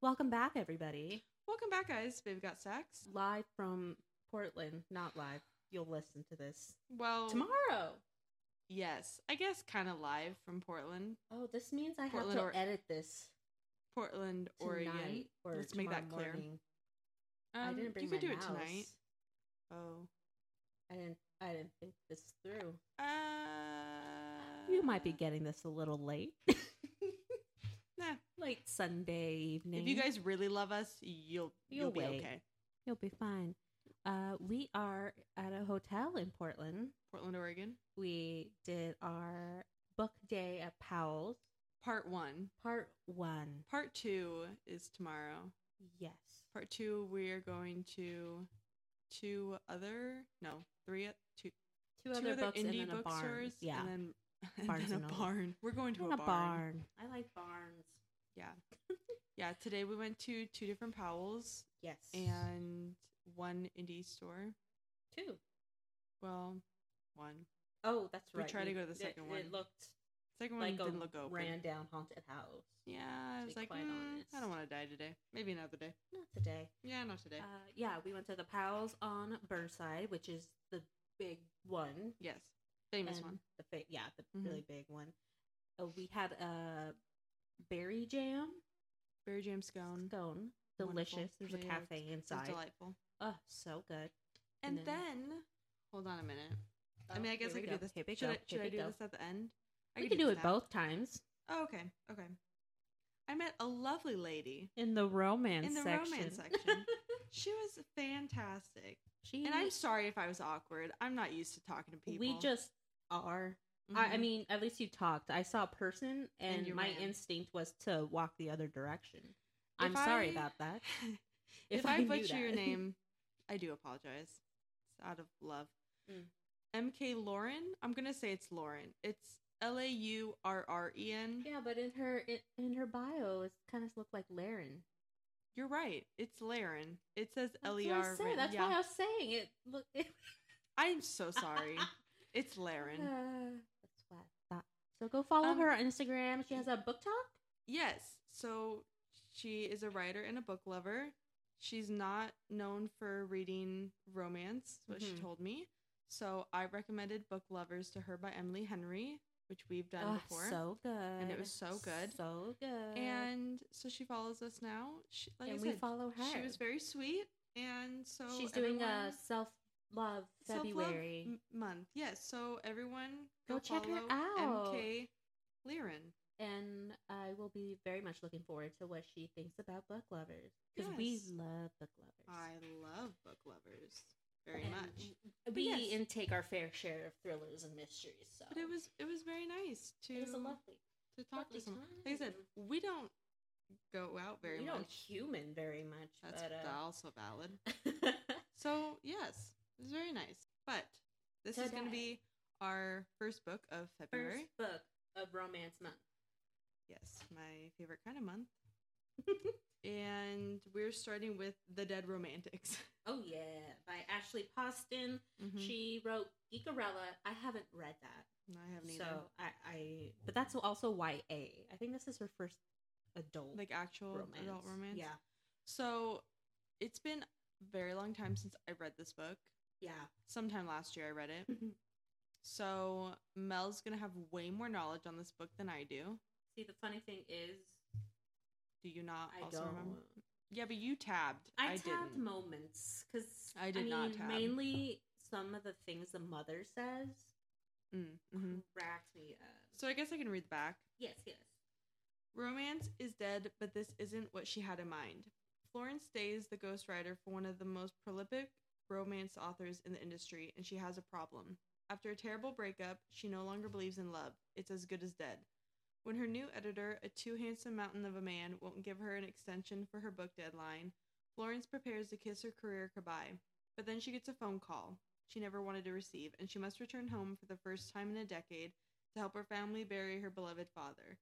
Welcome back, everybody. Welcome back, guys. Baby got sex. Live from Portland, not live. You'll listen to this Well, tomorrow. Yes, I guess kind of live from Portland, Oh, this means I Portland have or- to edit this Portland, tonight Oregon. or Let's make tomorrow that clear. morning. Um, I didn't bring you could my do mouse. it tonight. Oh, I didn't. I didn't think this through. uh, You might be getting this a little late, Nah, late Sunday evening. if you guys really love us, you'll you'll, You'll be wait. okay. you'll be fine. Uh, we are at a hotel in Portland. Portland, Oregon, We did our book day at Powell's, part one. part one. Part two is tomorrow. Yes, Part two, we are going to two other no three two two, two other, other books indie and then a barn. bookstores. Yeah, and then, and Barnes then and a Noble. barn. We're going to And a, a barn. barn. I like barns. Yeah, today we went to two different Powell's Yes, and one indie store. two. Well, one. Oh, that's We right. tried to go to the it- second It one. looked Second one like a didn't look open. ran down haunted house. Yeah, to I was be like, quite "Mm, I honest. don't want to die today. Maybe another day. Not today. Yeah, not today. Uh, yeah, we went to the Powell's on Burnside, which is the big one. yes, famous and one. The fa- yeah, the Mhm. really big one. Uh, we had a berry jam Berry jam scone. scone. Wonderful. Delicious. There's a Yeah, cafe It was inside. delightful. Oh, so good. And, And then, hold on a minute. I Oh, mean, I guess here we I could go. do this. Here we should go. I, should Here I we do go. this at the end? I we could can do this it now. both times Oh, okay, okay. I met a lovely lady. in the romance In the section. romance section. She was fantastic. she And I'm sorry if I was awkward. I'm not used to talking to people. we just are. I, I Mhm. mean, at least you talked. I saw a person, And and, you my ran. instinct was to walk the other direction. If I'm sorry I- about that. if, I, knew butcher your that. name, I do apologize. It's out of love. Mm. MK Lauren. I'm gonna say it's Lauren. It's L A U R R E N. yeah, but in her in, in her bio, it kind of looked like Laren. You're right. It's Laren. It says That's L what E I R. said. That's why I was saying it. Look, I'm so sorry. it's Laren. Uh, that's what I thought. So go follow Um, her on Instagram. She has a book talk. Yes. So she is a writer and a book lover. She's not known for reading romance, what she Mhm. told me. So I recommended Book Lovers to her by Emily Henry, which we've done Ah, before. so good, And it was so good. so good. and so she follows us now. She, like and I we said, follow her. she was very sweet, and so She's doing a everyone- self love self-love Mm. February. m- month. Yes. So everyone go, Go check her follow out. MK Liren. and I will be very much looking forward to what she thinks about book lovers because we Yes. love book lovers. I love book lovers very And much. w- We yes. intake our fair share of thrillers and mysteries. So But it was it was very nice to it was a lovely. to talk to lovely someone. Like I said, time. we don't go out very we much. don't human very much, That's but th- uh, also valid. So yes, it was very nice. But this is going to Today. be our first book of February. first book of romance month. Yes, my favorite kind of month. and we're starting with The Dead Romantics. Oh yeah, by Ashley Poston. Mhm. She wrote Geekarella. I haven't read that. No, I haven't So either. I, I, but that's also YA. I think this is her first adult like actual romance. adult romance. Yeah, So it's been a very long time since I read this book. yeah. Sometime last year I read it. Mm-hmm. So Mel's gonna have way more knowledge on this book than I do. See, the funny thing is, Do you not I also don't. remember? Yeah, but you tabbed. I, tabbed didn't. moments because I did not tab. Mainly, some of the things the mother says Mm, mhm. cracked me up. So I guess I can read the back. Yes, yes. Romance is dead, but this isn't what she had in mind. Florence Day is the ghostwriter for one of the most prolific romance authors in the industry, and she has a problem. After a terrible breakup, she no longer believes in love. It's as good as dead. When her new editor, a too handsome mountain of a man, won't give her an extension for her book deadline, Florence prepares to kiss her career goodbye. But then she gets a phone call she never wanted to receive, and she must return home for the first time in a decade to help her family bury her beloved father.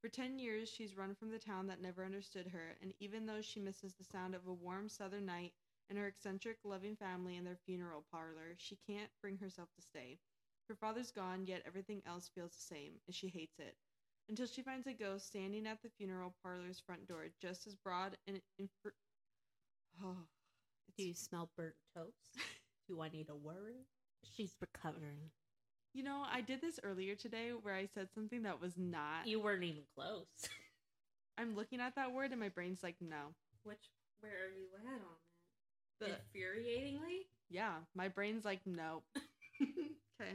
For 10 years, she's run from the town that never understood her, and even though she misses the sound of a warm southern night and her eccentric, loving family in their funeral parlor, she can't bring herself to stay. Her father's gone, yet everything else feels the same, and she hates it. until she finds a ghost standing at the funeral parlor's front door, just as broad and. Infer- oh, Do it's you smell burnt toast? Do I need to worry? She's recovering. You know, I did this earlier today where I said something that was not. You weren't even close. I'm looking at that word and my brain's like, no. Which, where are you at on that? The- Infuriatingly? yeah, my brain's like, no. Okay.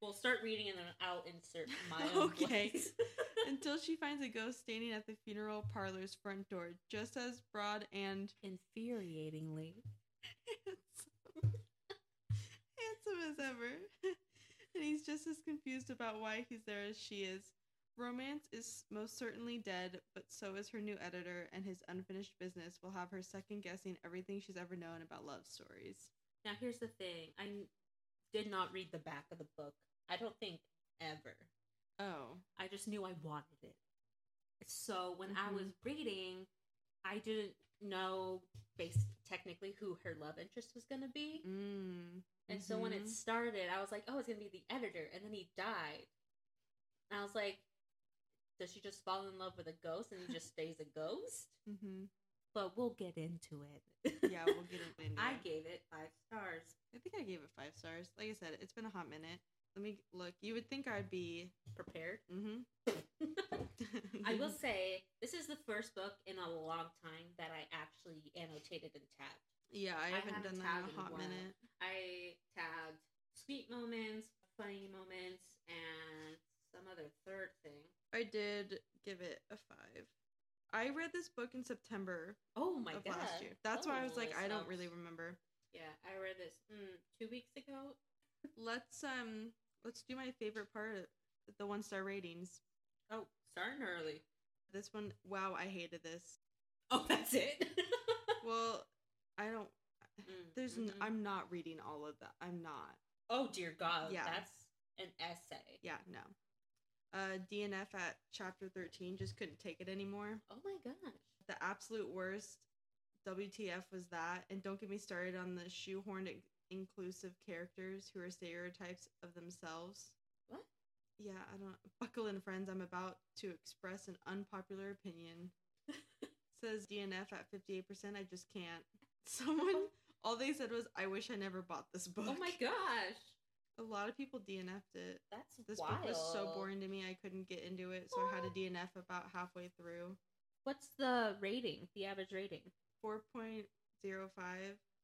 we'll start reading and then I'll insert my own. Okay. voice. Until she finds a ghost standing at the funeral parlor's front door, just as broad and Infuriatingly. handsome, handsome as ever. and he's just as confused about why he's there as she is. Romance is most certainly dead, but so is her new editor, and his unfinished business will have her second guessing everything she's ever known about love stories. Now, here's the thing I n- did not read the back of the book. I don't think ever. Oh. I just knew I wanted it. So when I Mhm. was reading, I didn't know based technically who her love interest was going to be. Mm. And so when Mhm. it started, I was like, oh, it's going to be the editor. And then he died. And I was like, does she just fall in love with a ghost and he just stays a ghost? Mhm. But we'll get into it. Yeah, we'll get into it. I gave it five stars. I think I gave it five stars. Like I said, it's been a hot minute. Let me look. You would think I'd be. Prepared. Mm-hmm. I will say, this is the first book in a long time that I actually annotated and tabbed. Yeah, I, I haven't, haven't done that tabbed in in a a hot while. minute. I tabbed sweet moments, funny moments, and some other third thing. I did give it a five. I read this book in September Oh my of god! last year. That's why I was Holy like, I don't smokes. really remember. Oh, Yeah, I read this mm, two weeks ago. Let's um, let's do my favorite part, the one star ratings. Oh, starting early. This one, wow, I hated this. Oh, that's it. Well, I don't. Mm, There's, n- mhm. I'm not reading all of that. I'm not. oh dear God, Yeah. that's an essay. Yeah, no. Uh, DNF at chapter 13 just couldn't take it anymore. Oh my gosh. The absolute worst WTF was that. And don't get me started on the shoehorned in- inclusive characters who are stereotypes of themselves. What? Yeah, I don't. Buckle in, friends. I'm about to express an unpopular opinion. Says DNF at 58%. I just can't. Someone, all they said was, I wish I never bought this book. Oh my gosh, A lot of people DNF'd it. that's This wild. book was so boring to me, I couldn't get into it, so I had a What? DNF about halfway through. What's the rating? The average rating? 4.05.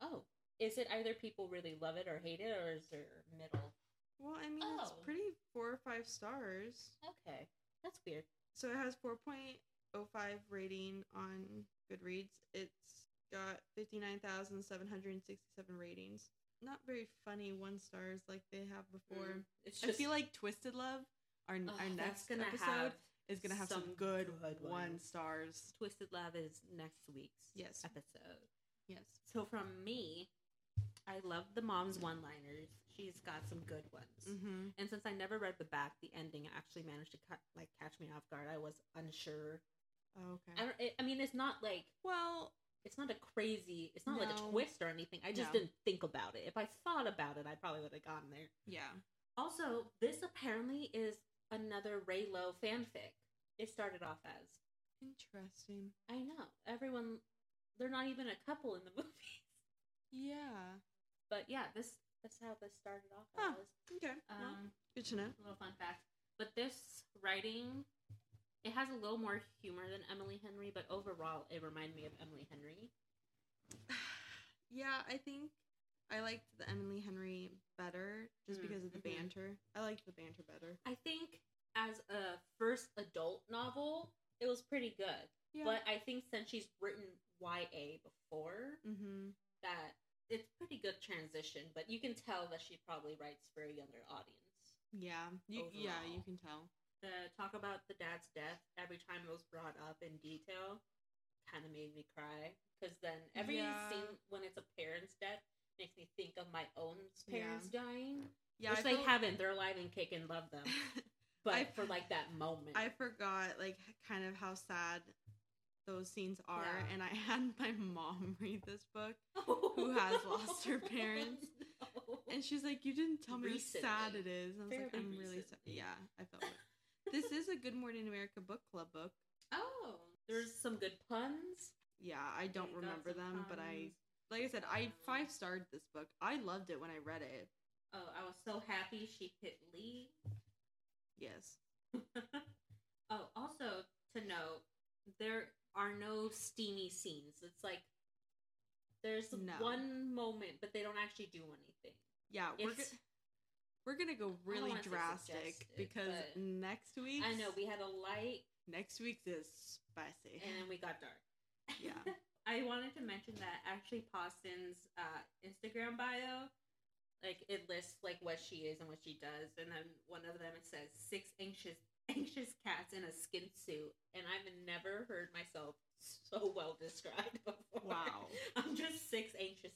Oh, is it either people really love it or hate it, or is there middle? Well, I mean, it's Oh. pretty four or five stars. Okay, that's weird. So it has 4.05 rating on Goodreads. It's got 59,767 ratings. Not very funny one stars like they have before. Mm, it's I feel like Twisted Love, our, Ugh, our that's next gonna episode, have is going to have some, some good, good one ones. stars. Twisted Love is next week's Yes. episode. Yes. So from me, I love the mom's one-liners. She's got some good ones. Mm-hmm. And since I never read the back, the ending actually managed to cut, like catch me off guard. I was unsure. Oh, Okay. I, don't, it, I mean, it's not like well, it's not a crazy. It's not like No. a twist or anything. I just No. didn't think about it. If I thought about it, I probably would have gotten there. yeah. Also, this apparently is another Raylo fanfic. It started off as Interesting. I know everyone. They're not even a couple in the movies, Yeah. but yeah, this that's how this started off. Huh. As. Okay. Um, well, good to know. a little fun fact, but this writing, it has a little more humor than Emily Henry, but overall, it reminded me of Emily Henry. yeah, I think I liked the Emily Henry better just Mm, because of the mhm. banter. I liked the banter better. I think as a first adult novel, it was pretty good, Yeah. but I think since she's written YA before, mm-hmm. that it's pretty good transition, but you can tell that she probably writes for a younger audience. Yeah. You, yeah, you Overall. can tell. The talk about the dad's death every time it was brought up in detail kind of made me cry because then every Yeah. scene when it's a parent's death makes me think of my own Yeah. parents dying, Yeah. which I they felt- haven't. They're alive and kick and love them, but I- for like that moment, I forgot like kind of how sad those scenes are Yeah. and I had my mom read this book who has lost her parents. No. and she's like, You didn't tell me how sad Recently. it is. And I was like, Fairly I'm really sad. recently. Yeah, I felt like this is a Good Morning America book club book. Oh, there's some good puns. Yeah, I don't They got remember some them, but I puns. like I said, I Um, five starred this book. I loved it when I read it. Oh, I was so happy she hit Lee. Yes. oh, also to note, there are no steamy scenes. It's like there's No. one moment, but they don't actually do anything. Yeah, we're It's- go- we're gonna go really wanna say drastic suggested, because but- next week I know we had a light next week's is spicy. and then we got dark. Yeah. I wanted to mention that actually Paustin's uh, Instagram bio, like it lists like what she is and what she does, and then one of them it says six anxious anxious cats in a skin suit, and I've never heard myself so well described before. Wow. I'm just six anxious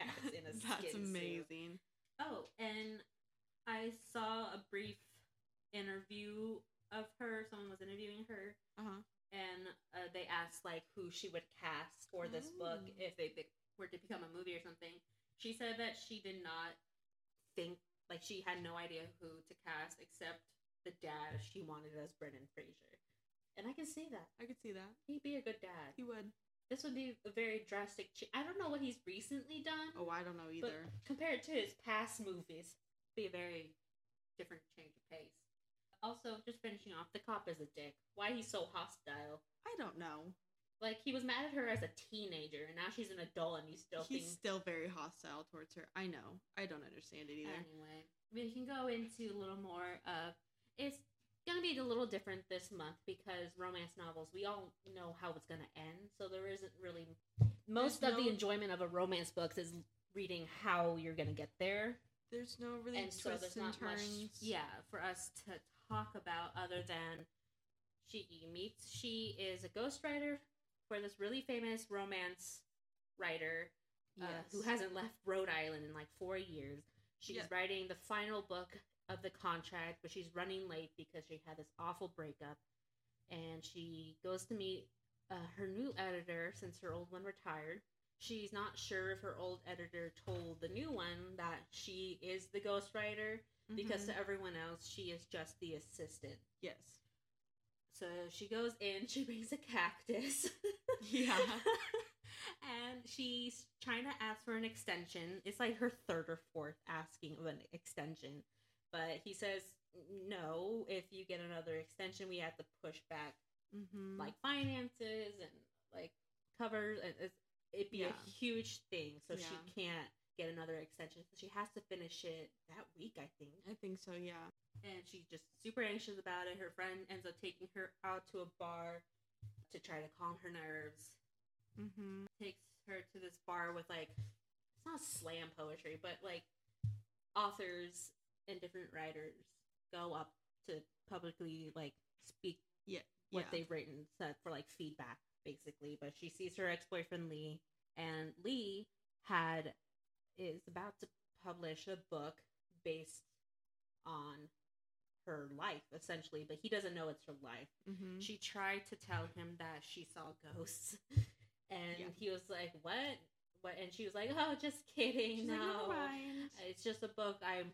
cats in a skin That's suit. amazing. Oh, and I saw a brief interview of her. Someone was interviewing her, Uh huh. and uh, they asked like who she would cast for this book Oh. if they be- were to become a movie or something. She said that she did not think like she had no idea who to cast except the dad she wanted as Brendan Fraser, and I can see that I could see that. he'd be a good dad. He would. This would be a very drastic. Ch- I don't know what he's recently done Oh, I don't know either. compared to his past movies, be a very different change of pace. Also, just finishing off, the cop is a dick. Why he's so hostile? I don't know. Like he was mad at her as a teenager, and now she's an adult, and he's still He's thinks. still very hostile towards her. I know. I don't understand it either. Anyway, we can go into a little more of it's gonna be a little different this month because romance novels we all know how it's gonna end, so there isn't really most There's of the no- enjoyment of a romance book is reading how you're gonna get there. There's no really and so twists there's and not much turns. yeah for us to talk about other than she meets she is a ghostwriter for this really famous romance writer uh, Yes. who hasn't left Rhode Island in like four years she's Yeah. writing the final book of the contract but she's running late because she had this awful breakup and she goes to meet uh, her new editor since her old one retired she's not sure if her old editor told the new one that she is the ghostwriter because Mhm. to everyone else she is just the assistant yes. so she goes in she brings a cactus Yeah. and she's trying to ask for an extension it's like her third or fourth asking of an extension but he says no if you get another extension we have to push back Mm-hmm. like finances and like covers and it's, it'd be Yeah. a huge thing so Yeah. she can't get another extension so she has to finish it that week i think I think so. Yeah. and she's just super anxious about it her friend ends up taking her out to a bar to try to calm her nerves Mm-hmm. takes her to this bar with like it's not slam poetry, but like authors and different writers go up to publicly like speak Yeah, what yeah. they've written so- for like feedback basically. But she sees her ex boyfriend Lee, and Lee had is about to publish a book based on her life essentially, but he doesn't know it's her life Mm-hmm. she tried to tell him that she saw ghosts and Yeah. he was like what what and she was like oh just kidding She's no like, "Never mind." it's just a book i'm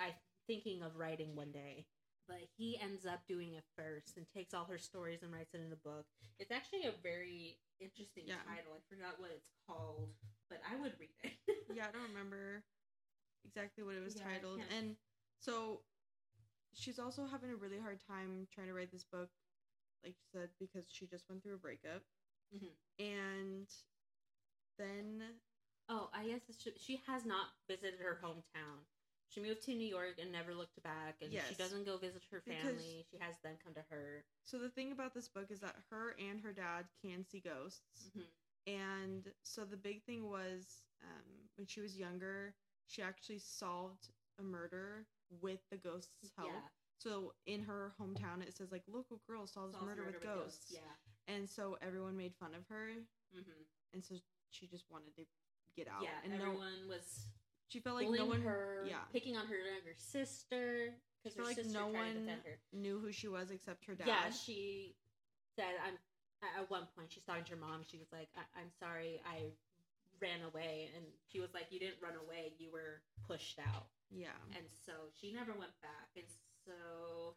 i'm thinking of writing one day but he ends up doing it first and takes all her stories and writes it in a book it's actually a very interesting Yeah. title i forgot what it's called but i would read it yeah, I don't remember exactly what it was Yeah, I titled. can't- And so she's also having a really hard time trying to write this book, like you said, because she just went through a breakup. Mhm. And then, Oh, I guess it's, she has not visited her hometown. She moved to New York and never looked back, and she Yes. doesn't go visit her Because- family. she has them come to her. so the thing about this book is that her and her dad can see ghosts. And so the big thing was um, when she was younger, she actually solved a murder with the ghost's help. Mm-hmm. Yeah, So in her hometown, it says like local girl solves, solves murder, with ghosts. Yeah, And so everyone made fun of her, hmm and so she just wanted to get out. yeah. and no, everyone was she felt like no bullying one her, yeah. picking on her younger sister because her feel like sister no tried to one defend her. knew who she was except her dad. Yeah, she said, "I'm." at- At one point, she's talking to her mom. She was like, I- "I'm sorry, I ran away," and she was like, "You didn't run away. You were pushed out." yeah, And so she never went back. And so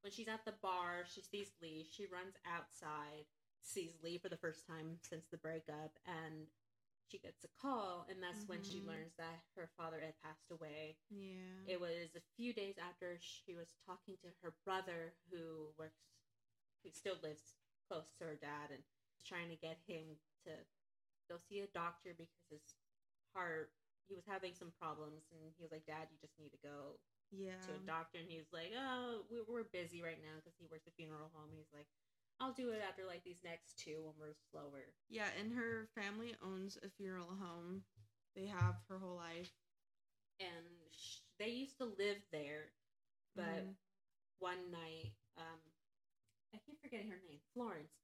When she's at the bar, she sees Lee. She runs outside, sees Lee for the first time since the breakup, and she gets a call. And that's when she Mhm. learns that her father had passed away. Yeah. It was a few days after she was talking to her brother, who works, who still lives close to her dad, and was trying to get him to go see a doctor because his heart, he was having some problems, and he was like, "Dad, you just need to go yeah. to a doctor," and he was like, "Oh, we- we're busy right now because he works at a funeral home." He's like, "I'll do it after like these next two when we're slower." Yeah, and her family owns a funeral home. They have her whole life. And sh- they used to live there, but Mhm. one night, um, I keep forgetting her name, Florence.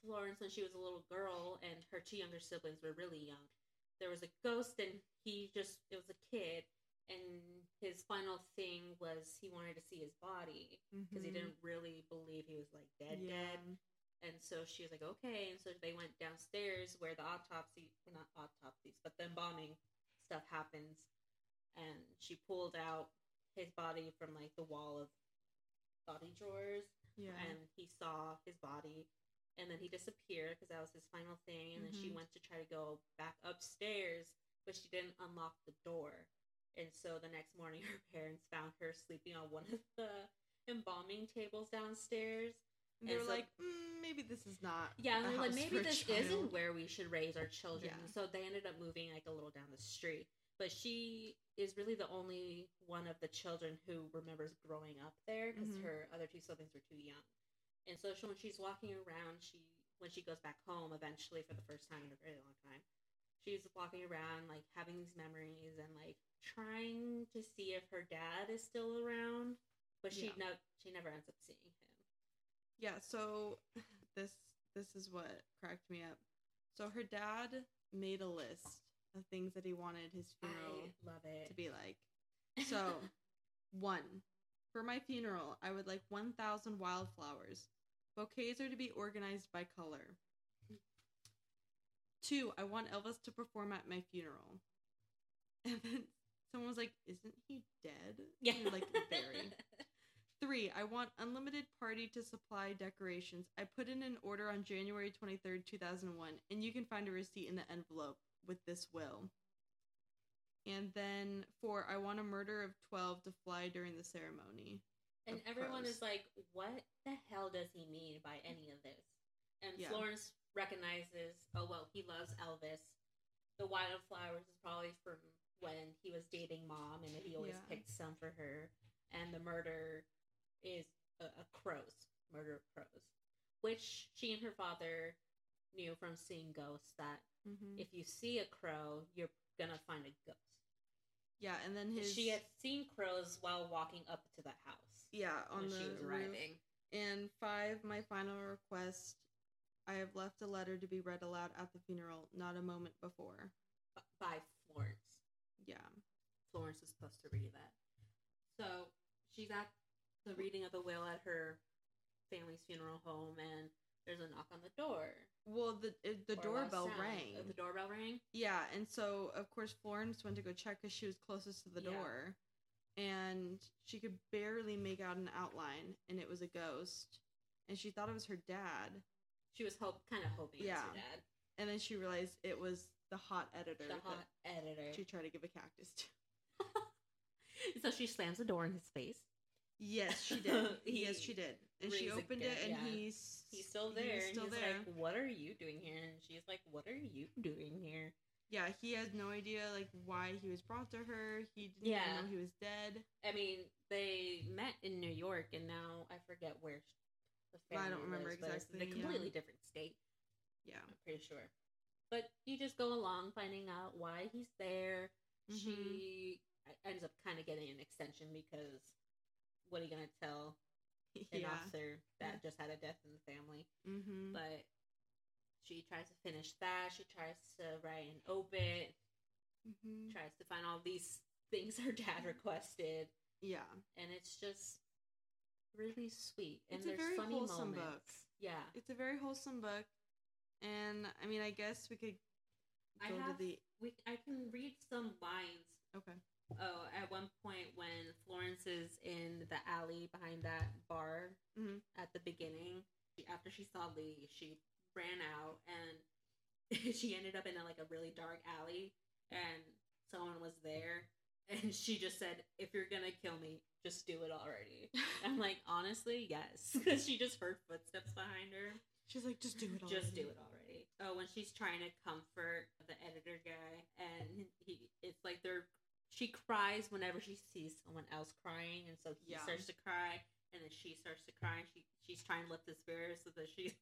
Florence, when she was a little girl and her two younger siblings were really young, there was a ghost and he just, it was a kid, and his final thing was he wanted to see his body because Mhm. he didn't really believe he was like dead, yeah. dead. And so she was like, okay. And so they went downstairs where the autopsy, well, not autopsies, but the embalming stuff happens. And she pulled out his body from like the wall of body drawers. Yeah. And he saw his body. And then he disappeared because that was his final thing. And then she Mhm. went to try to go back upstairs, but she didn't unlock the door. And so the next morning, her parents found her sleeping on one of the embalming tables downstairs. And they and were so- like, mm, maybe this is not. Yeah, a and they're like house for maybe a this child." isn't where we should raise our children. Yeah. So they ended up moving like a little down the street. But she is really the only one of the children who remembers growing up there because Mhm. her other two siblings were too young. And so she, when she's walking around, she when she goes back home eventually for the first time in a very long time, she's walking around like having these memories and like trying to see if her dad is still around, but she Yeah. no she never ends up seeing him. Yeah, so this this is what cracked me up. So her dad made a list of things that he wanted his funeral I love it. to be like. So, one, for my funeral, I would like 1,000 wildflowers. Bouquets are to be organized by color. Two, I want Elvis to perform at my funeral. And then someone was like, Isn't he dead? yeah, You're like, Very. Three, I want unlimited party to supply decorations. I put in an order on January 23rd, 2001, and you can find a receipt in the envelope with this will. And then four, I want a murder of 12 to fly during the ceremony. And of everyone is crows. like, what the hell does he mean by any of this? And Yeah. Florence recognizes, oh, well, he loves Elvis. The wildflowers is probably from when he was dating mom and he always Yeah. picked some for her. And the murder is a, a crow's, murder of crows, which she and her father knew from seeing ghosts that Mm. if you see a crow, you're gonna find a ghost. Yeah, and then his She had seen crows while walking up to the house yeah on when the she was roof. arriving. And five, my final request: I have left a letter to be read aloud at the funeral, not a moment before. b- by Florence. Yeah, Florence is supposed to read that. So she's at the reading of the will at her family's funeral home, and there's a knock on the door. well, the it, the Or a loud doorbell sound. rang. Oh, the doorbell rang. Yeah, and so of course Florence went to go check because she was closest to the Yeah. door, and she could barely make out an outline, and it was a ghost, and she thought it was her dad, She was hope, kind of hoping it was Yeah. her dad, and then she realized it was the hot editor. the hot editor. that she tried to give a cactus to. so she slams the door in his face. Yes, she did. yes, He she did. And she raised a opened good- it, and yeah. he's He's still there. He's still and he's there. like, "What are you doing here?" And she's like, "What are you doing here?" yeah, he has no idea like why he was brought to her. He didn't Yeah. even know he was dead. I mean, they met in New York, and now I forget where sh- the I family. don't remember lives, but it's exactly, A yeah. completely different state, Yeah, I'm pretty sure. But you just go along finding out why he's there. Mhm. She ends up kind of getting an extension because what are you gonna tell an yeah. officer that Yeah. just had a death in the family? Mm-hmm. But she tries to finish that. She tries to write an obit. hmm Tries to find all these things her dad Mm-hmm. requested. Yeah, and it's just really sweet. And It's a there's very funny wholesome moments. book. Yeah, it's a very wholesome book, and I mean, I guess we could I go have- to the we I can read some lines okay. Oh, at one point when Florence is in the alley behind that bar Mhm. at the beginning, she, after she saw Lee, she ran out and she ended up in a, like a really dark alley, and someone was there, and she just said, "If you're gonna kill me, just do it already." I'm like, honestly, yes, because she just heard footsteps behind her. She's like, just do it. Already. Just do it already. Oh, when she's trying to comfort the editor guy, and he, it's like they're, she cries whenever she sees someone else crying, and so he Yeah. starts to cry, and then she starts to cry, and she she's trying to lift his spirit so that she,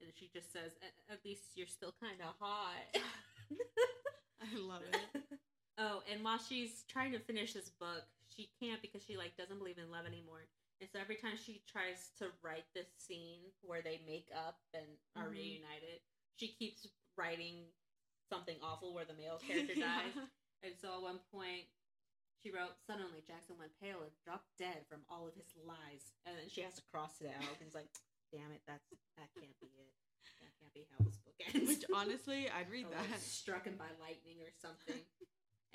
and she just says, "At- "At least you're still kind of hot." I love it. oh, and while she's trying to finish this book, she can't because she like doesn't believe in love anymore. And so every time she tries to write this scene where they make up and are Mhm. reunited, she keeps writing something awful where the male character dies. And so at one point, she wrote, Suddenly Jackson went pale and dropped dead from all of his lies. And then she has to cross it out. And it's like, damn it, that's that can't be it. That can't be how this book Yeah. ends. Which honestly, I'd read Or, like, that. Oh, struck him by lightning or something.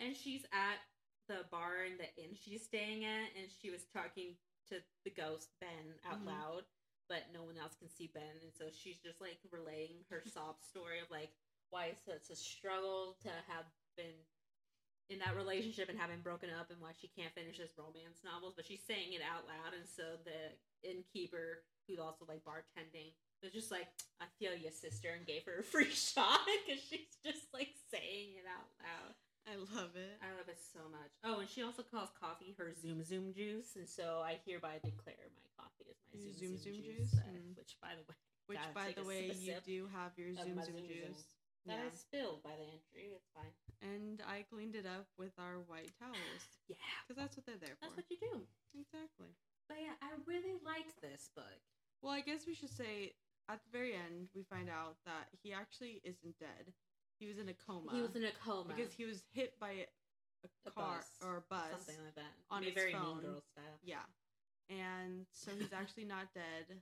and she's at the bar in the inn she's staying at, and she was talking to the ghost Ben out Mhm. loud, but no one else can see Ben, and so she's just like relaying her sob story of like why it's such a struggle to have been in that relationship and having broken up and why she can't finish this romance novels but she's saying it out loud and so the innkeeper who's also like bartending was just like i feel you sister and gave her a free shot because she's just like saying it out loud I love it. I love it so much. Oh, and she also calls coffee her Zoom Zoom juice, and so I hereby declare my coffee is my Your Zoom Zoom, juice. uh, Mm. Which, by the way, Which, gotta by take a the way, sip, you sip do have your of Zoom my Zoom Zoom Zoom. juice. that Yeah. I spilled by the entry. It's fine. And I cleaned it up with our white towels Yeah, because that's what they're there that's for. what you do. Exactly. But yeah, I really liked this book. Well, I guess we should say at the very end we find out that he actually isn't dead. He was in a coma. He was in a coma because he was hit by a, A car bus. or a bus. something like that on Be his very mean phone. girl style. Yeah. And so he's actually not dead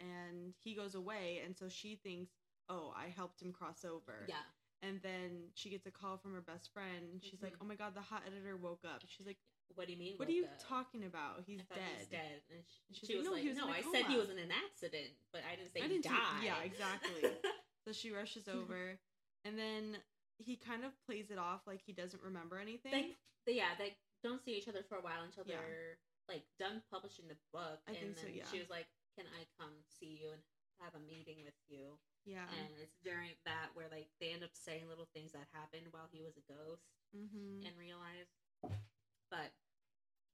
and he goes away and so she thinks, "Oh, I helped him cross over." Yeah, And then she gets a call from her best friend. She's like, Mhm. "Oh my god, the hot editor woke up." She's like, what do you mean? "What are you woke up? talking about? He's I thought dead." He's dead. And she, She's she like, was "No, like, he was in no, a I said he coma." was in an accident, but I didn't say I he didn't say- died. yeah, exactly. So she rushes over and then he kind of plays it off like he doesn't remember anything. they, they- yeah, they don't see each other for a while until Yeah. they're like done publishing the book. I and think so, then yeah. she was like, "Can I come see you and have a meeting with you?" yeah. And it's during that where like they end up saying little things that happened while he was a ghost hmm and realized. But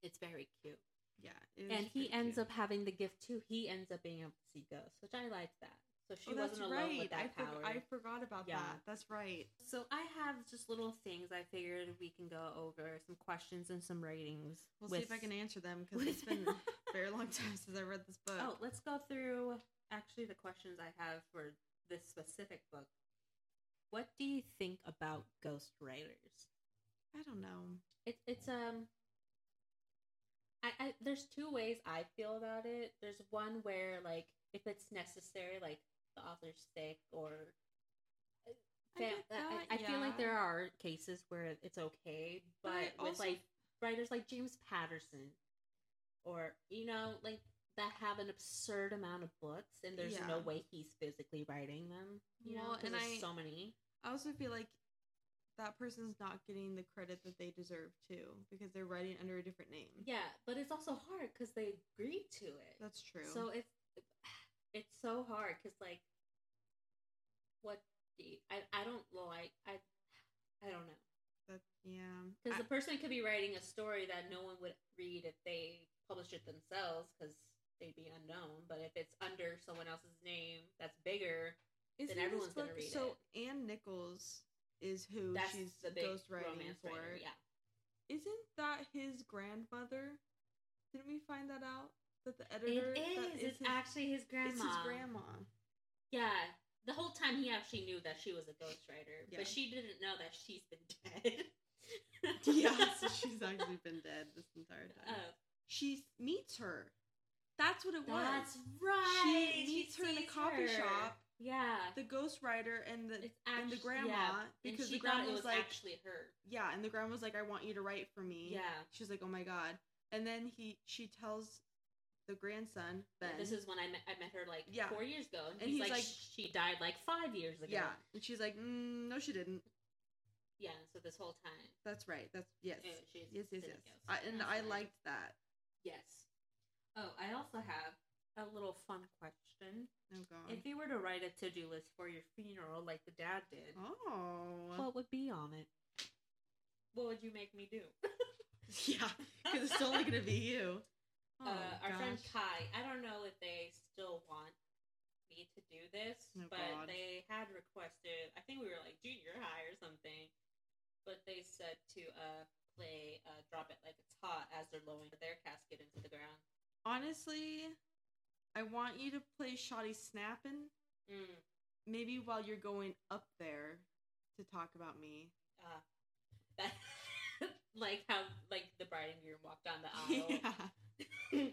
it's very cute, Yeah. it is and he pretty ends cute. up having the gift too. He ends up being able to see ghosts, which I like that. So she Oh, that's wasn't alone right. with that I, power. forg- I forgot about Yeah. that. That's right. So I have just little things I figured we can go over some questions and some ratings. We'll see with- if I can answer them because it's with- been a very long time since I read this book. oh, let's go through actually the questions I have for this specific book. What do you think about ghost writers? I don't know. It's it's um. I, I there's two ways I feel about it. There's one where like if it's necessary, like the author's sick or I Yeah, get that- I, that, I feel like yeah. there are cases where it's okay, But but I with also- like writers like James Patterson, or you know, like that have an absurd amount of books, and there's no Yeah. way he's physically writing them. You know, Well, 'cause and there's I- so many. I also feel like that person's not getting the credit that they deserve too because they're writing under a different name. Yeah, but it's also hard because they agreed to it. That's true. So it's it's so hard because like, what do you- I I don't like I I don't know. that, yeah. Because I- the person could be writing a story that no one would read if they published it themselves, because they'd be unknown. But if it's under someone else's name that's bigger, Isn't then this everyone's gonna book- read so Ann Nichols is who that's she's the big ghost writing romance for. writer, Yeah, Isn't that his grandmother? Didn't we find that out? That the editor that it is. It's his, actually his grandma. It's his grandma. Yeah, the whole time he actually knew that she was a ghostwriter, Yeah. but she didn't know that she's been dead. yeah, so she's actually been dead this entire time. Oh, she meets her. That's what it was. that's right. She meets her in a sees coffee her. shop Yeah. the ghost writer and the It's and the actu- grandma yeah. because and she the thought grandma it was, was like actually her. yeah and the grandma was like i want you to write for me Yeah. she's like oh my god and then he she tells the grandson ben This is when I met, I met her like Yeah. four years ago, and, And he's, he's like, like- she died like five years ago. yeah and she's like mm, no she didn't Yeah. So this whole time, that's right that's yes uh, she's yes yes been a yes ghost. I, and That's i fine. liked that Yes. Oh, I also have a little fun question. oh god If you were to write a to-do list for your funeral, like the dad did, oh what would be on it? What would you make me do? yeah because it's only gonna be you oh, uh, our friend gosh. Kai. I don't know if they still want me to do this, Oh, but God. they had requested. I think we were like junior high or something, but they said to uh, play uh, "Drop It Like It's Hot" as they're lowering their casket into the ground. honestly i want you to play shoddy snapping Mm, maybe while you're going up there to talk about me uh, that, like how like the bride and groom walked down the aisle. and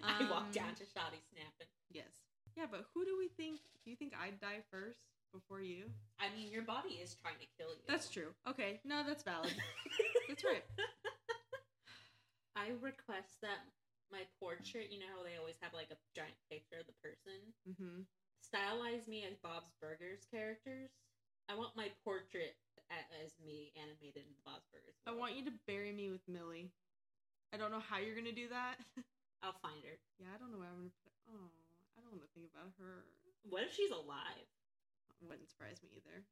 I walked down Um, to Shoddy snapping. Yes. Yeah, but who do we think? Do you think I'd die first before you? I mean, your body is trying to kill you. That's true. Okay. No, that's valid. that's right. I request that my portrait, you know how they always have like a giant picture of the person, Mm-hmm. stylize me as Bob's Burgers characters. I want my portrait a- as me animated in the Bob's Burgers. I want you to bury me with Millie. I don't know how you're gonna do that. I'll find her. yeah, I don't know where I'm gonna put. Oh, I don't want to think about her. What if she's alive? Wouldn't surprise me either.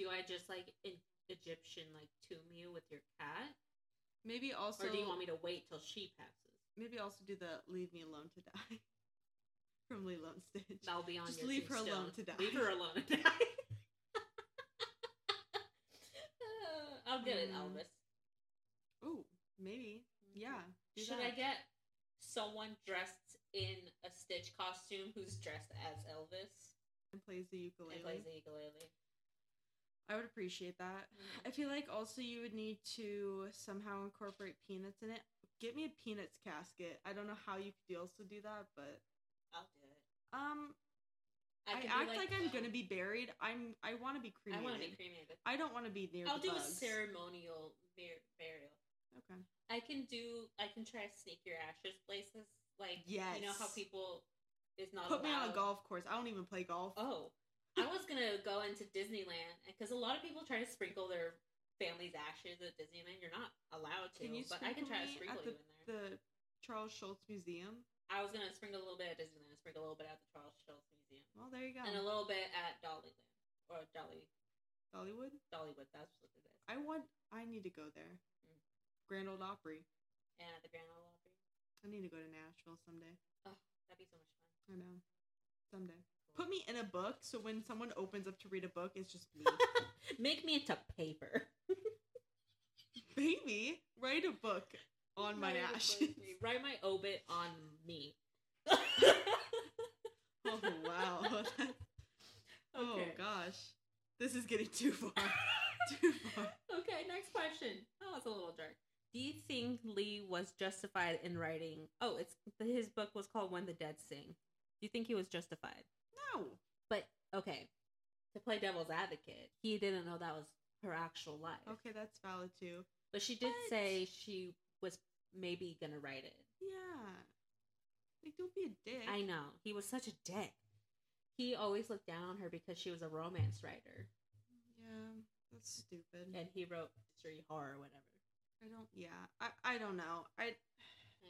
Do I just like in Egyptian like tomb you with your cat, Maybe also. or do you want me to wait till she passes? Maybe also do the leave me alone to die. From Lilo and Stitch. That'll be on Just your leave her tombstone. alone to die. Leave her alone to die. Uh, I'll get an Mm. Elvis. Ooh, maybe. Yeah. Mm-hmm. do Should I that. get someone dressed in a Stitch costume who's dressed as Elvis And plays the ukulele. and plays the ukulele? I would appreciate that. Mm-hmm. I feel like also you would need to somehow incorporate peanuts in it. Get me a peanuts casket. I don't know how you could also do that, but I'll do it. um, I, could be act like, I'm um, gonna be buried. I'm I want to be I cremated. I, want to be cremated. don't want to be near. I'll the do a bugs. ceremonial bur- burial. Okay. I can do. I can try to sneak your ashes places. Like you know how Yes. people is not Put me on a allowed- golf course. I don't even play golf. Oh, I was gonna go into Disneyland because a lot of people try to sprinkle their family's ashes at Disneyland. You're not allowed to, Can you but I can sprinkle try to me sprinkle at you in there. The Charles Schultz Museum. I was gonna sprinkle a little bit at Disneyland, sprinkle a little bit at the Charles Schultz Museum, Well, there you go. and a little bit at Dollyland or Dolly Dollywood. Dollywood. That's what it is. I want. I need to go there. Mm. Grand Old Opry. And at the Grand Ole Opry. I need to go to Nashville someday. That'd be so much fun. I know. Someday. Put me in a book so when someone opens up to read a book, it's just me. Make me into paper Baby, write a book on my Write a book. ashes. Write my obit on me. oh, wow. oh, Okay. gosh. This is getting too far. too far. okay, next question. Oh, that's a little dark. Do you think Lee was justified in writing? Oh, it's his book was called When the Dead Sing. Do you think he was justified? No. But okay, to play devil's advocate, he didn't know that was her actual life. Okay, that's valid too. but she did But- say she was maybe gonna write it. Yeah. Like, don't be a dick. I know he was such a dick. He always looked down on her because she was a romance writer, Yeah, that's stupid. and he wrote mystery horror, whatever. I don't. Yeah, I, I don't know. I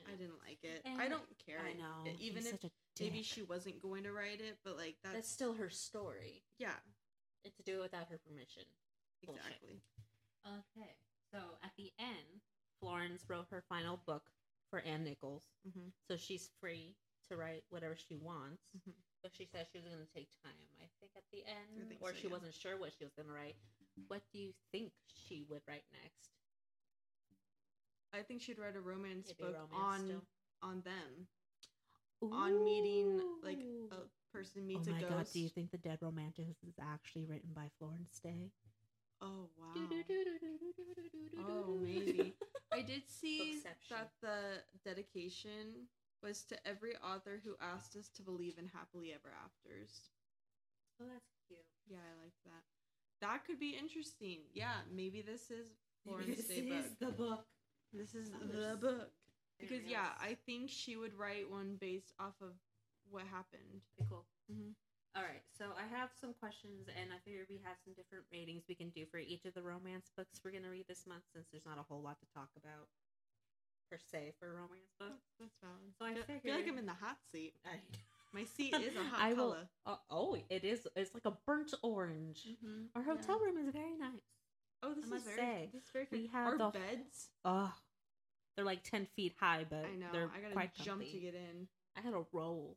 I didn't like it. I And- don't care. E-, I know. Even he's if such a dick. maybe she wasn't going to write it, but like that's, that's still her story yeah, and to do it without her permission Bullshit. exactly. okay so at the end florence wrote her final book for ann nichols Mhm. so she's free to write whatever she wants Mhm. but she said she was going to take time i think at the end think or so, she yeah. wasn't sure what she was going to write what do you think she would write next I think she'd write a romance Maybe book romance on still? on them. on meeting, like, Ooh. A person meets oh my a ghost. god do you think the dead romantics is actually written by florence day oh wow. Oh, Oh, maybe. I did see Bookception. that the dedication was to every author who asked us to believe in happily ever afters. Oh, that's cute. Yeah, I like that. That could be interesting. Yeah, maybe this is Maybe Florence this Day is book. the book. This is Oh, the there's- book. There Because it yeah, is. I think she would write one based off of what happened. Okay, cool. Mhm. All right, so I have some questions, and I figure we have some different ratings we can do for each of the romance books we're gonna read this month, since there's not a whole lot to talk about per se for a romance book. That's- That's valid. So I feel, feel like figured- I'm in the hot seat. I, My seat is a hot I will- color. uh, oh, it is. It's like a burnt orange. Mhm. Our Yeah. hotel room is very nice. Oh, this Mm-hmm. I is must very. say, this is very. we good. have Our the- beds. Oh, they're like ten feet high, but I know. uh, They're I gotta quite jump comfy. to get in. I had a roll.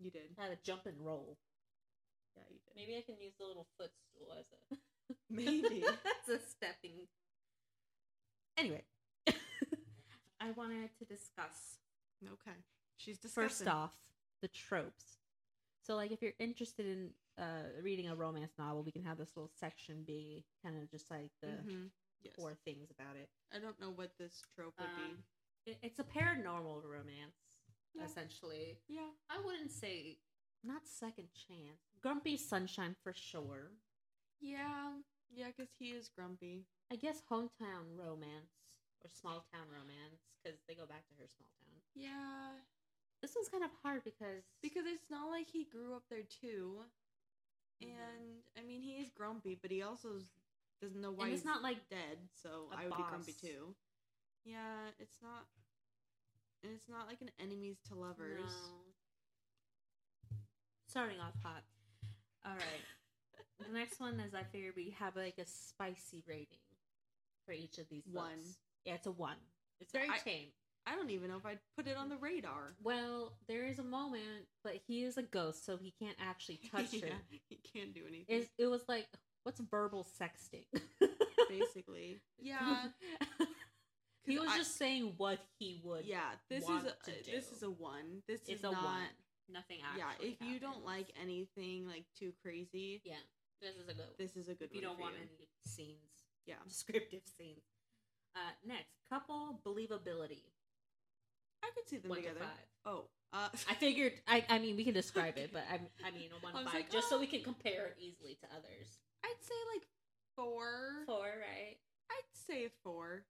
You did. I had a jump and roll. Yeah, you did. Maybe I can use the little footstool as a Maybe. That's a stepping. Anyway, I wanted to discuss okay. She's discussing. first off the tropes. So, like, if you're interested in uh, reading a romance novel, we can have this little section be kind of just like the Mhm. Yes. four things about it. I don't know what this trope would Um, it. It's a paranormal romance, Yeah. essentially. be. Yeah. I wouldn't say not second chance. Grumpy Sunshine for sure. Yeah. Yeah, because he is grumpy. I guess hometown romance or small town romance because they go back to her small town. Yeah. This one's kind of hard because Because it's not like he grew up there too. Mhm. And I mean, he is grumpy, but he also is- doesn't know why and it's he's not like dead. So a I would be grumpy boss. too. Yeah, it's not. And it's not like an enemies to lovers. no. Starting off hot. All right. the next one is I figured we have like a spicy rating for each of these. One. books. Yeah, it's a one. It's very I- tame. I don't even know if I'd put it on the radar. Well, there is a moment, but he is a ghost, so he can't actually touch her. yeah, he can't do anything. It, it was like, what's verbal sexting? basically. Uh, Yeah. he 'cause was I- just saying what he would. Yeah, this is want a, to this do. is a one. This It's is a not. one. Nothing actually. Yeah, if you don't happens. like anything like too crazy, yeah, this is a good. this is a good if you one don't for want you. any scenes, Yeah, descriptive scenes. Uh, next, couple believability. I could see them One to together. five. Oh, uh, I figured. I, I mean, we can describe it, but I, I mean, a one I to was five, like, just so "Oh." we can compare it easily to others. I'd say like four. Four, right? I'd say a four.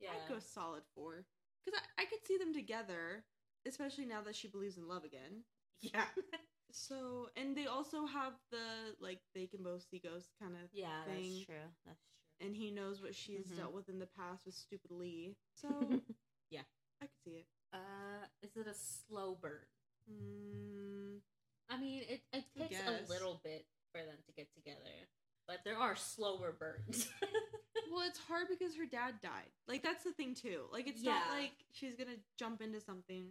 Yeah. I'd go solid four because I, I could see them together, especially now that she believes in love again. yeah. So, and they also have the like they can both see ghosts kind of, yeah, Thing. that's true. That's true. and he knows what she's Mhm. dealt with in the past with stupid Lee. So, Yeah. I could see it. Uh, is it a slow burn? Mm, I mean, it, it I takes guess. a little bit for them to get together, but there are slower burns. well, it's hard because her dad died. Like that's the thing too. Like it's Yeah. not like she's gonna jump into something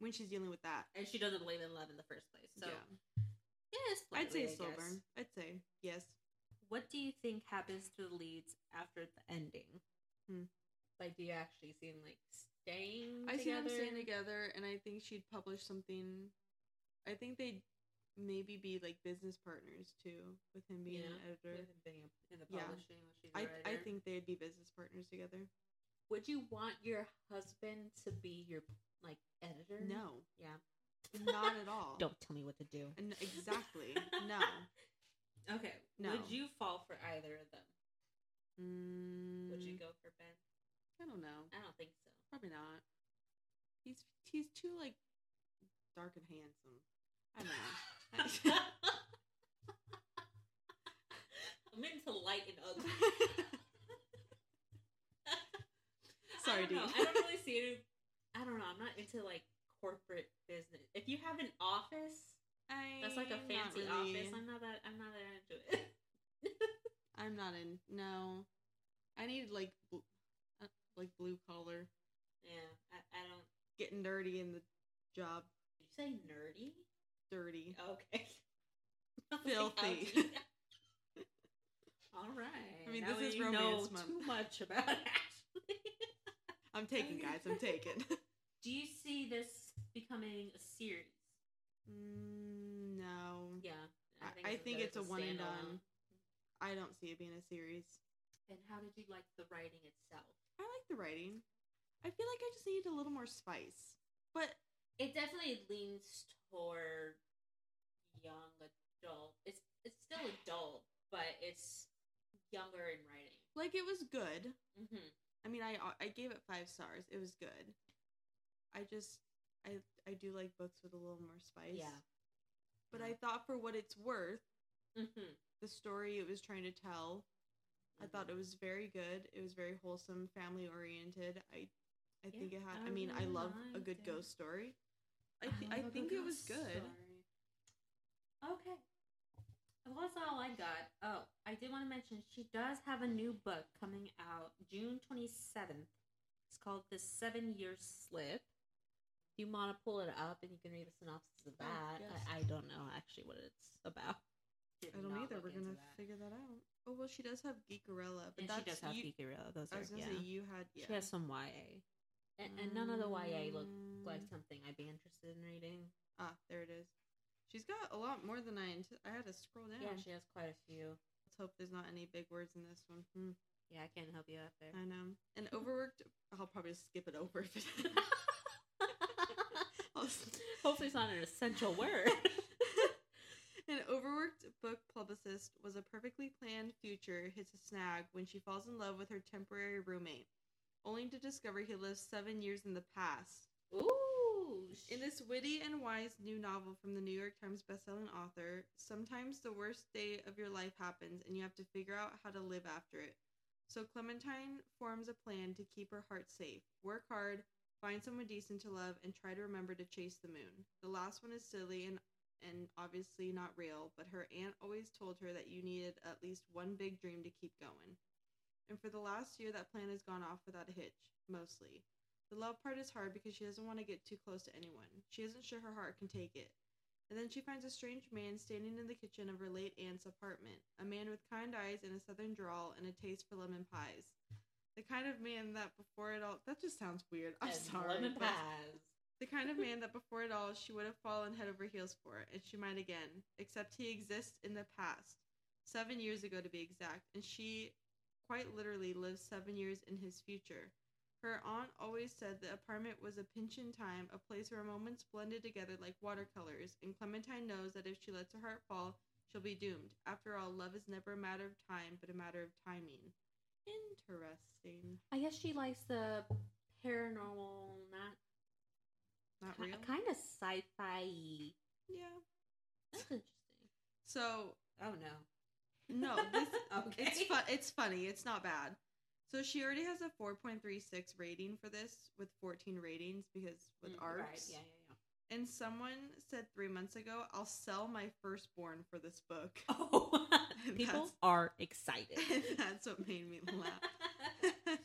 when she's dealing with that. and she doesn't believe in love in the first place. So, yeah. yes, I'd slightly, say a I slow guess. burn. I'd say yes. What do you think happens to the leads after the ending? Hmm. Like, do you actually see them like staying? I see them together? staying together, and I think she'd publish something. I think they'd maybe be like business partners too, with him being an Yeah, editor. With him being a- in the Yeah. publishing. when she's a I I writer? think they'd be business partners together. Would you want your husband to be your like editor? No, Mm-hmm. Yeah. not at all. Don't tell me what to do. And exactly. No. Okay. No. Would you fall for either of them? Mm, Would you go for Ben? I don't know. I don't think so. Probably not. He's he's too like dark and handsome. I don't know. I'm into light and ugly. Sorry, I don't know. dude. I don't really see it. I don't know. I'm not into like corporate business. If you have an office that's like a I'm not fancy really- office, I'm not that. I'm not that into it. I'm not in. No, I need like bl- uh, like blue collar, yeah, I, I don't. getting dirty in the job, Did you say nerdy? dirty. Okay. Filthy. All right. I mean, now this is we romance know month. too much about Ashley. I'm taking guys. I'm taking. Do you see this becoming a series? mm, no, Yeah, I- I it's think good it's as a one and standalone. done. I don't see it being a series. And how did you like the writing itself? I like the writing. I feel like I just need a little more spice, but It definitely leans toward young adult. It's it's still adult, but it's younger in writing. Like it was good. Mm-hmm. I mean, I I gave it five stars. It was good. I just I I do like books with a little more spice. Yeah. But Yeah. I thought for what it's worth, Mm-hmm. the story it was trying to tell, I thought it Mm-hmm. was very good. It was very wholesome, family oriented. I I Yeah, think it had. I I, mean, I really love a liked good it. ghost story. I th- Oh, I think it was good. Okay. Well, that's all I got. Oh, I did want to mention she does have a new book coming out June 27th. It's called The Seven Year Slip. If you want to pull it up and you can read a synopsis of Oh, that, yes. I, I don't know actually what it's about. Did I don't not either. look We're into gonna that. figure that out. Oh well, she does have Geekorella, And but that's she does have you, Geekerella. Those are, I was gonna yeah. say you had. Yeah. She has some YA. And, and none of the YA look like Mm. something I'd be interested in reading. Ah, there it is. She's got a lot more than I. ant- I had to scroll down. Yeah, she has quite a few. Let's hope there's not any big words in this one. Hmm, Yeah, I can't help you out there. I know. And overworked. I'll probably just skip it over. If it, I'll s- Hopefully, it's not an essential word. An overworked book publicist was a perfectly planned future hits a snag when she falls in love with her temporary roommate, only to discover he lives seven years in the past. Ooh. In this witty and wise new novel from the New York Times bestselling author, sometimes the worst day of your life happens and you have to figure out how to live after it. So Clementine forms a plan to keep her heart safe, work hard, find someone decent to love, and try to remember to chase the moon. The last one is silly and and obviously not real, but her aunt always told her that you needed at least one big dream to keep going. And for the last year, that plan has gone off without a hitch, mostly. The love part is hard because she doesn't want to get too close to anyone. She isn't sure her heart can take it. And then she finds a strange man standing in the kitchen of her late aunt's apartment, a man with kind eyes and a southern drawl and a taste for lemon pies. The kind of man that before it all that just sounds weird. I'm sorry. Lemon but- pies. the kind of man that before it all she would have fallen head over heels for, and she might again, except he exists in the past, seven years ago to be exact, and she quite literally lives seven years in his future. Her aunt always said the apartment was a pinch in time, a place where moments blended together like watercolors, and Clementine knows that if she lets her heart fall, she'll be doomed. After all, love is never a matter of time, but a matter of timing. Interesting. I guess she likes the paranormal, not Not ki- real? kind of sci-fi. Yeah. That's interesting. So Oh no. No, this, Okay. it's fun. It's funny. It's not bad. So she already has a 4.36 rating for this with 14 ratings because with Mm, arts. Right. Yeah, yeah, yeah. And someone said three months ago, "I'll sell my firstborn for this book." Oh, And people that's- are excited. And that's what made me laugh. Oh, that's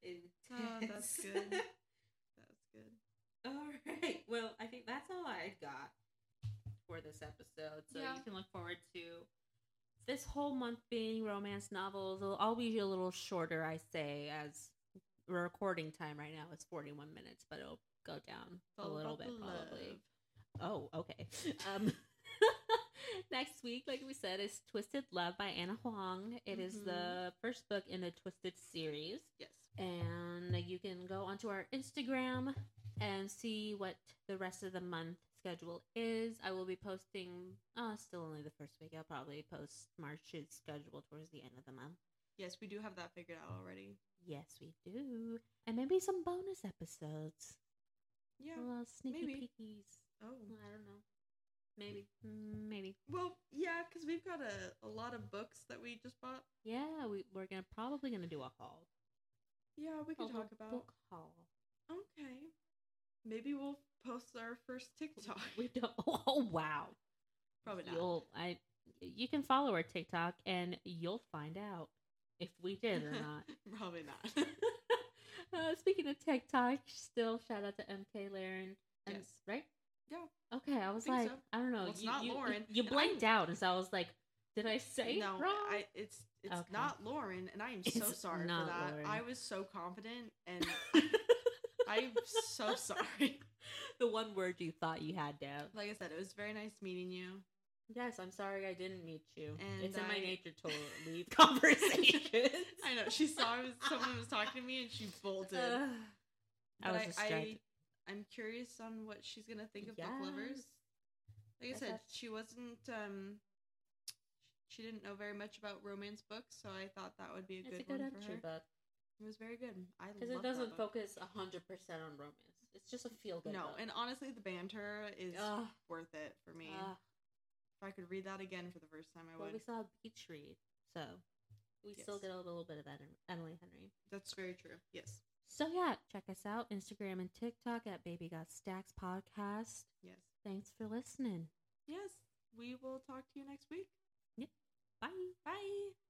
Intense. good. That's good. All right. Well, I think that's all I got for this episode. So Yeah. you can look forward to this whole month being romance novels. It'll always be a little shorter, I say, as recording time right now is 41 minutes, but it'll go down It's a all little about bit the probably. Oh, love. Oh, okay. Um, next week, like we said, is Twisted Love by Anna Huang. It is Mhm. the first book in the Twisted series Yes. and you can go onto our Instagram and see what the rest of the month schedule is. I will be posting, uh, still only the first week. I'll probably post March's schedule towards the end of the month. Yes, we do have that figured out already. Yes, we do, and maybe some bonus episodes, Yeah. little sneaky maybe. peekies. Oh. Well, I don't know. Maybe, Mm, maybe. Well, yeah, because we've got a, a lot of books that we just bought. Yeah, we we're gonna probably gonna do a haul. Yeah, we A can whole talk about. Oh, book haul. Okay. Maybe we'll post our first TikTok. We don't. Oh wow. Probably not. You'll, I, you can follow our TikTok and you'll find out if we did or not. Probably not. uh, speaking of TikTok, still shout out to MK Laren. Um, Yes. Right? Yeah. Okay, I was Think like, so. I don't know. Well, it's not you, Lauren, You and blanked out, and so I was like, did I say no, it wrong? I, it's it's Okay. not Lauren, and I am so It's sorry for not that. Lauren. I was so confident, and I'm so sorry. the one word you thought you had down. Like I said, it was very nice meeting you. Yes, I'm sorry I didn't meet you. And it's in my I- nature to leave conversations. I know she saw I was, someone was talking to me, and she bolted. Ugh. I But was distracted. I'm curious on what she's gonna think of Yes. book lovers. Like I That's said, abs- she wasn't um She didn't know very much about romance books, so I thought that would be a It's good, a good one for her. entry book It was very good. I because it love that doesn't book. focus hundred percent on romance. It's just a feel good. No, book. and honestly, the banter is Ugh, worth it for me. ugh. if I could read that again for the first time, I well, would. we saw a beach read, so we still Yes. get a little bit of Ed- Emily Henry. That's very true. Yes. So yeah, check us out Instagram and TikTok at Baby Got Stacks Podcast. Yes. Thanks for listening. Yes. We will talk to you next week. Bye. Bye.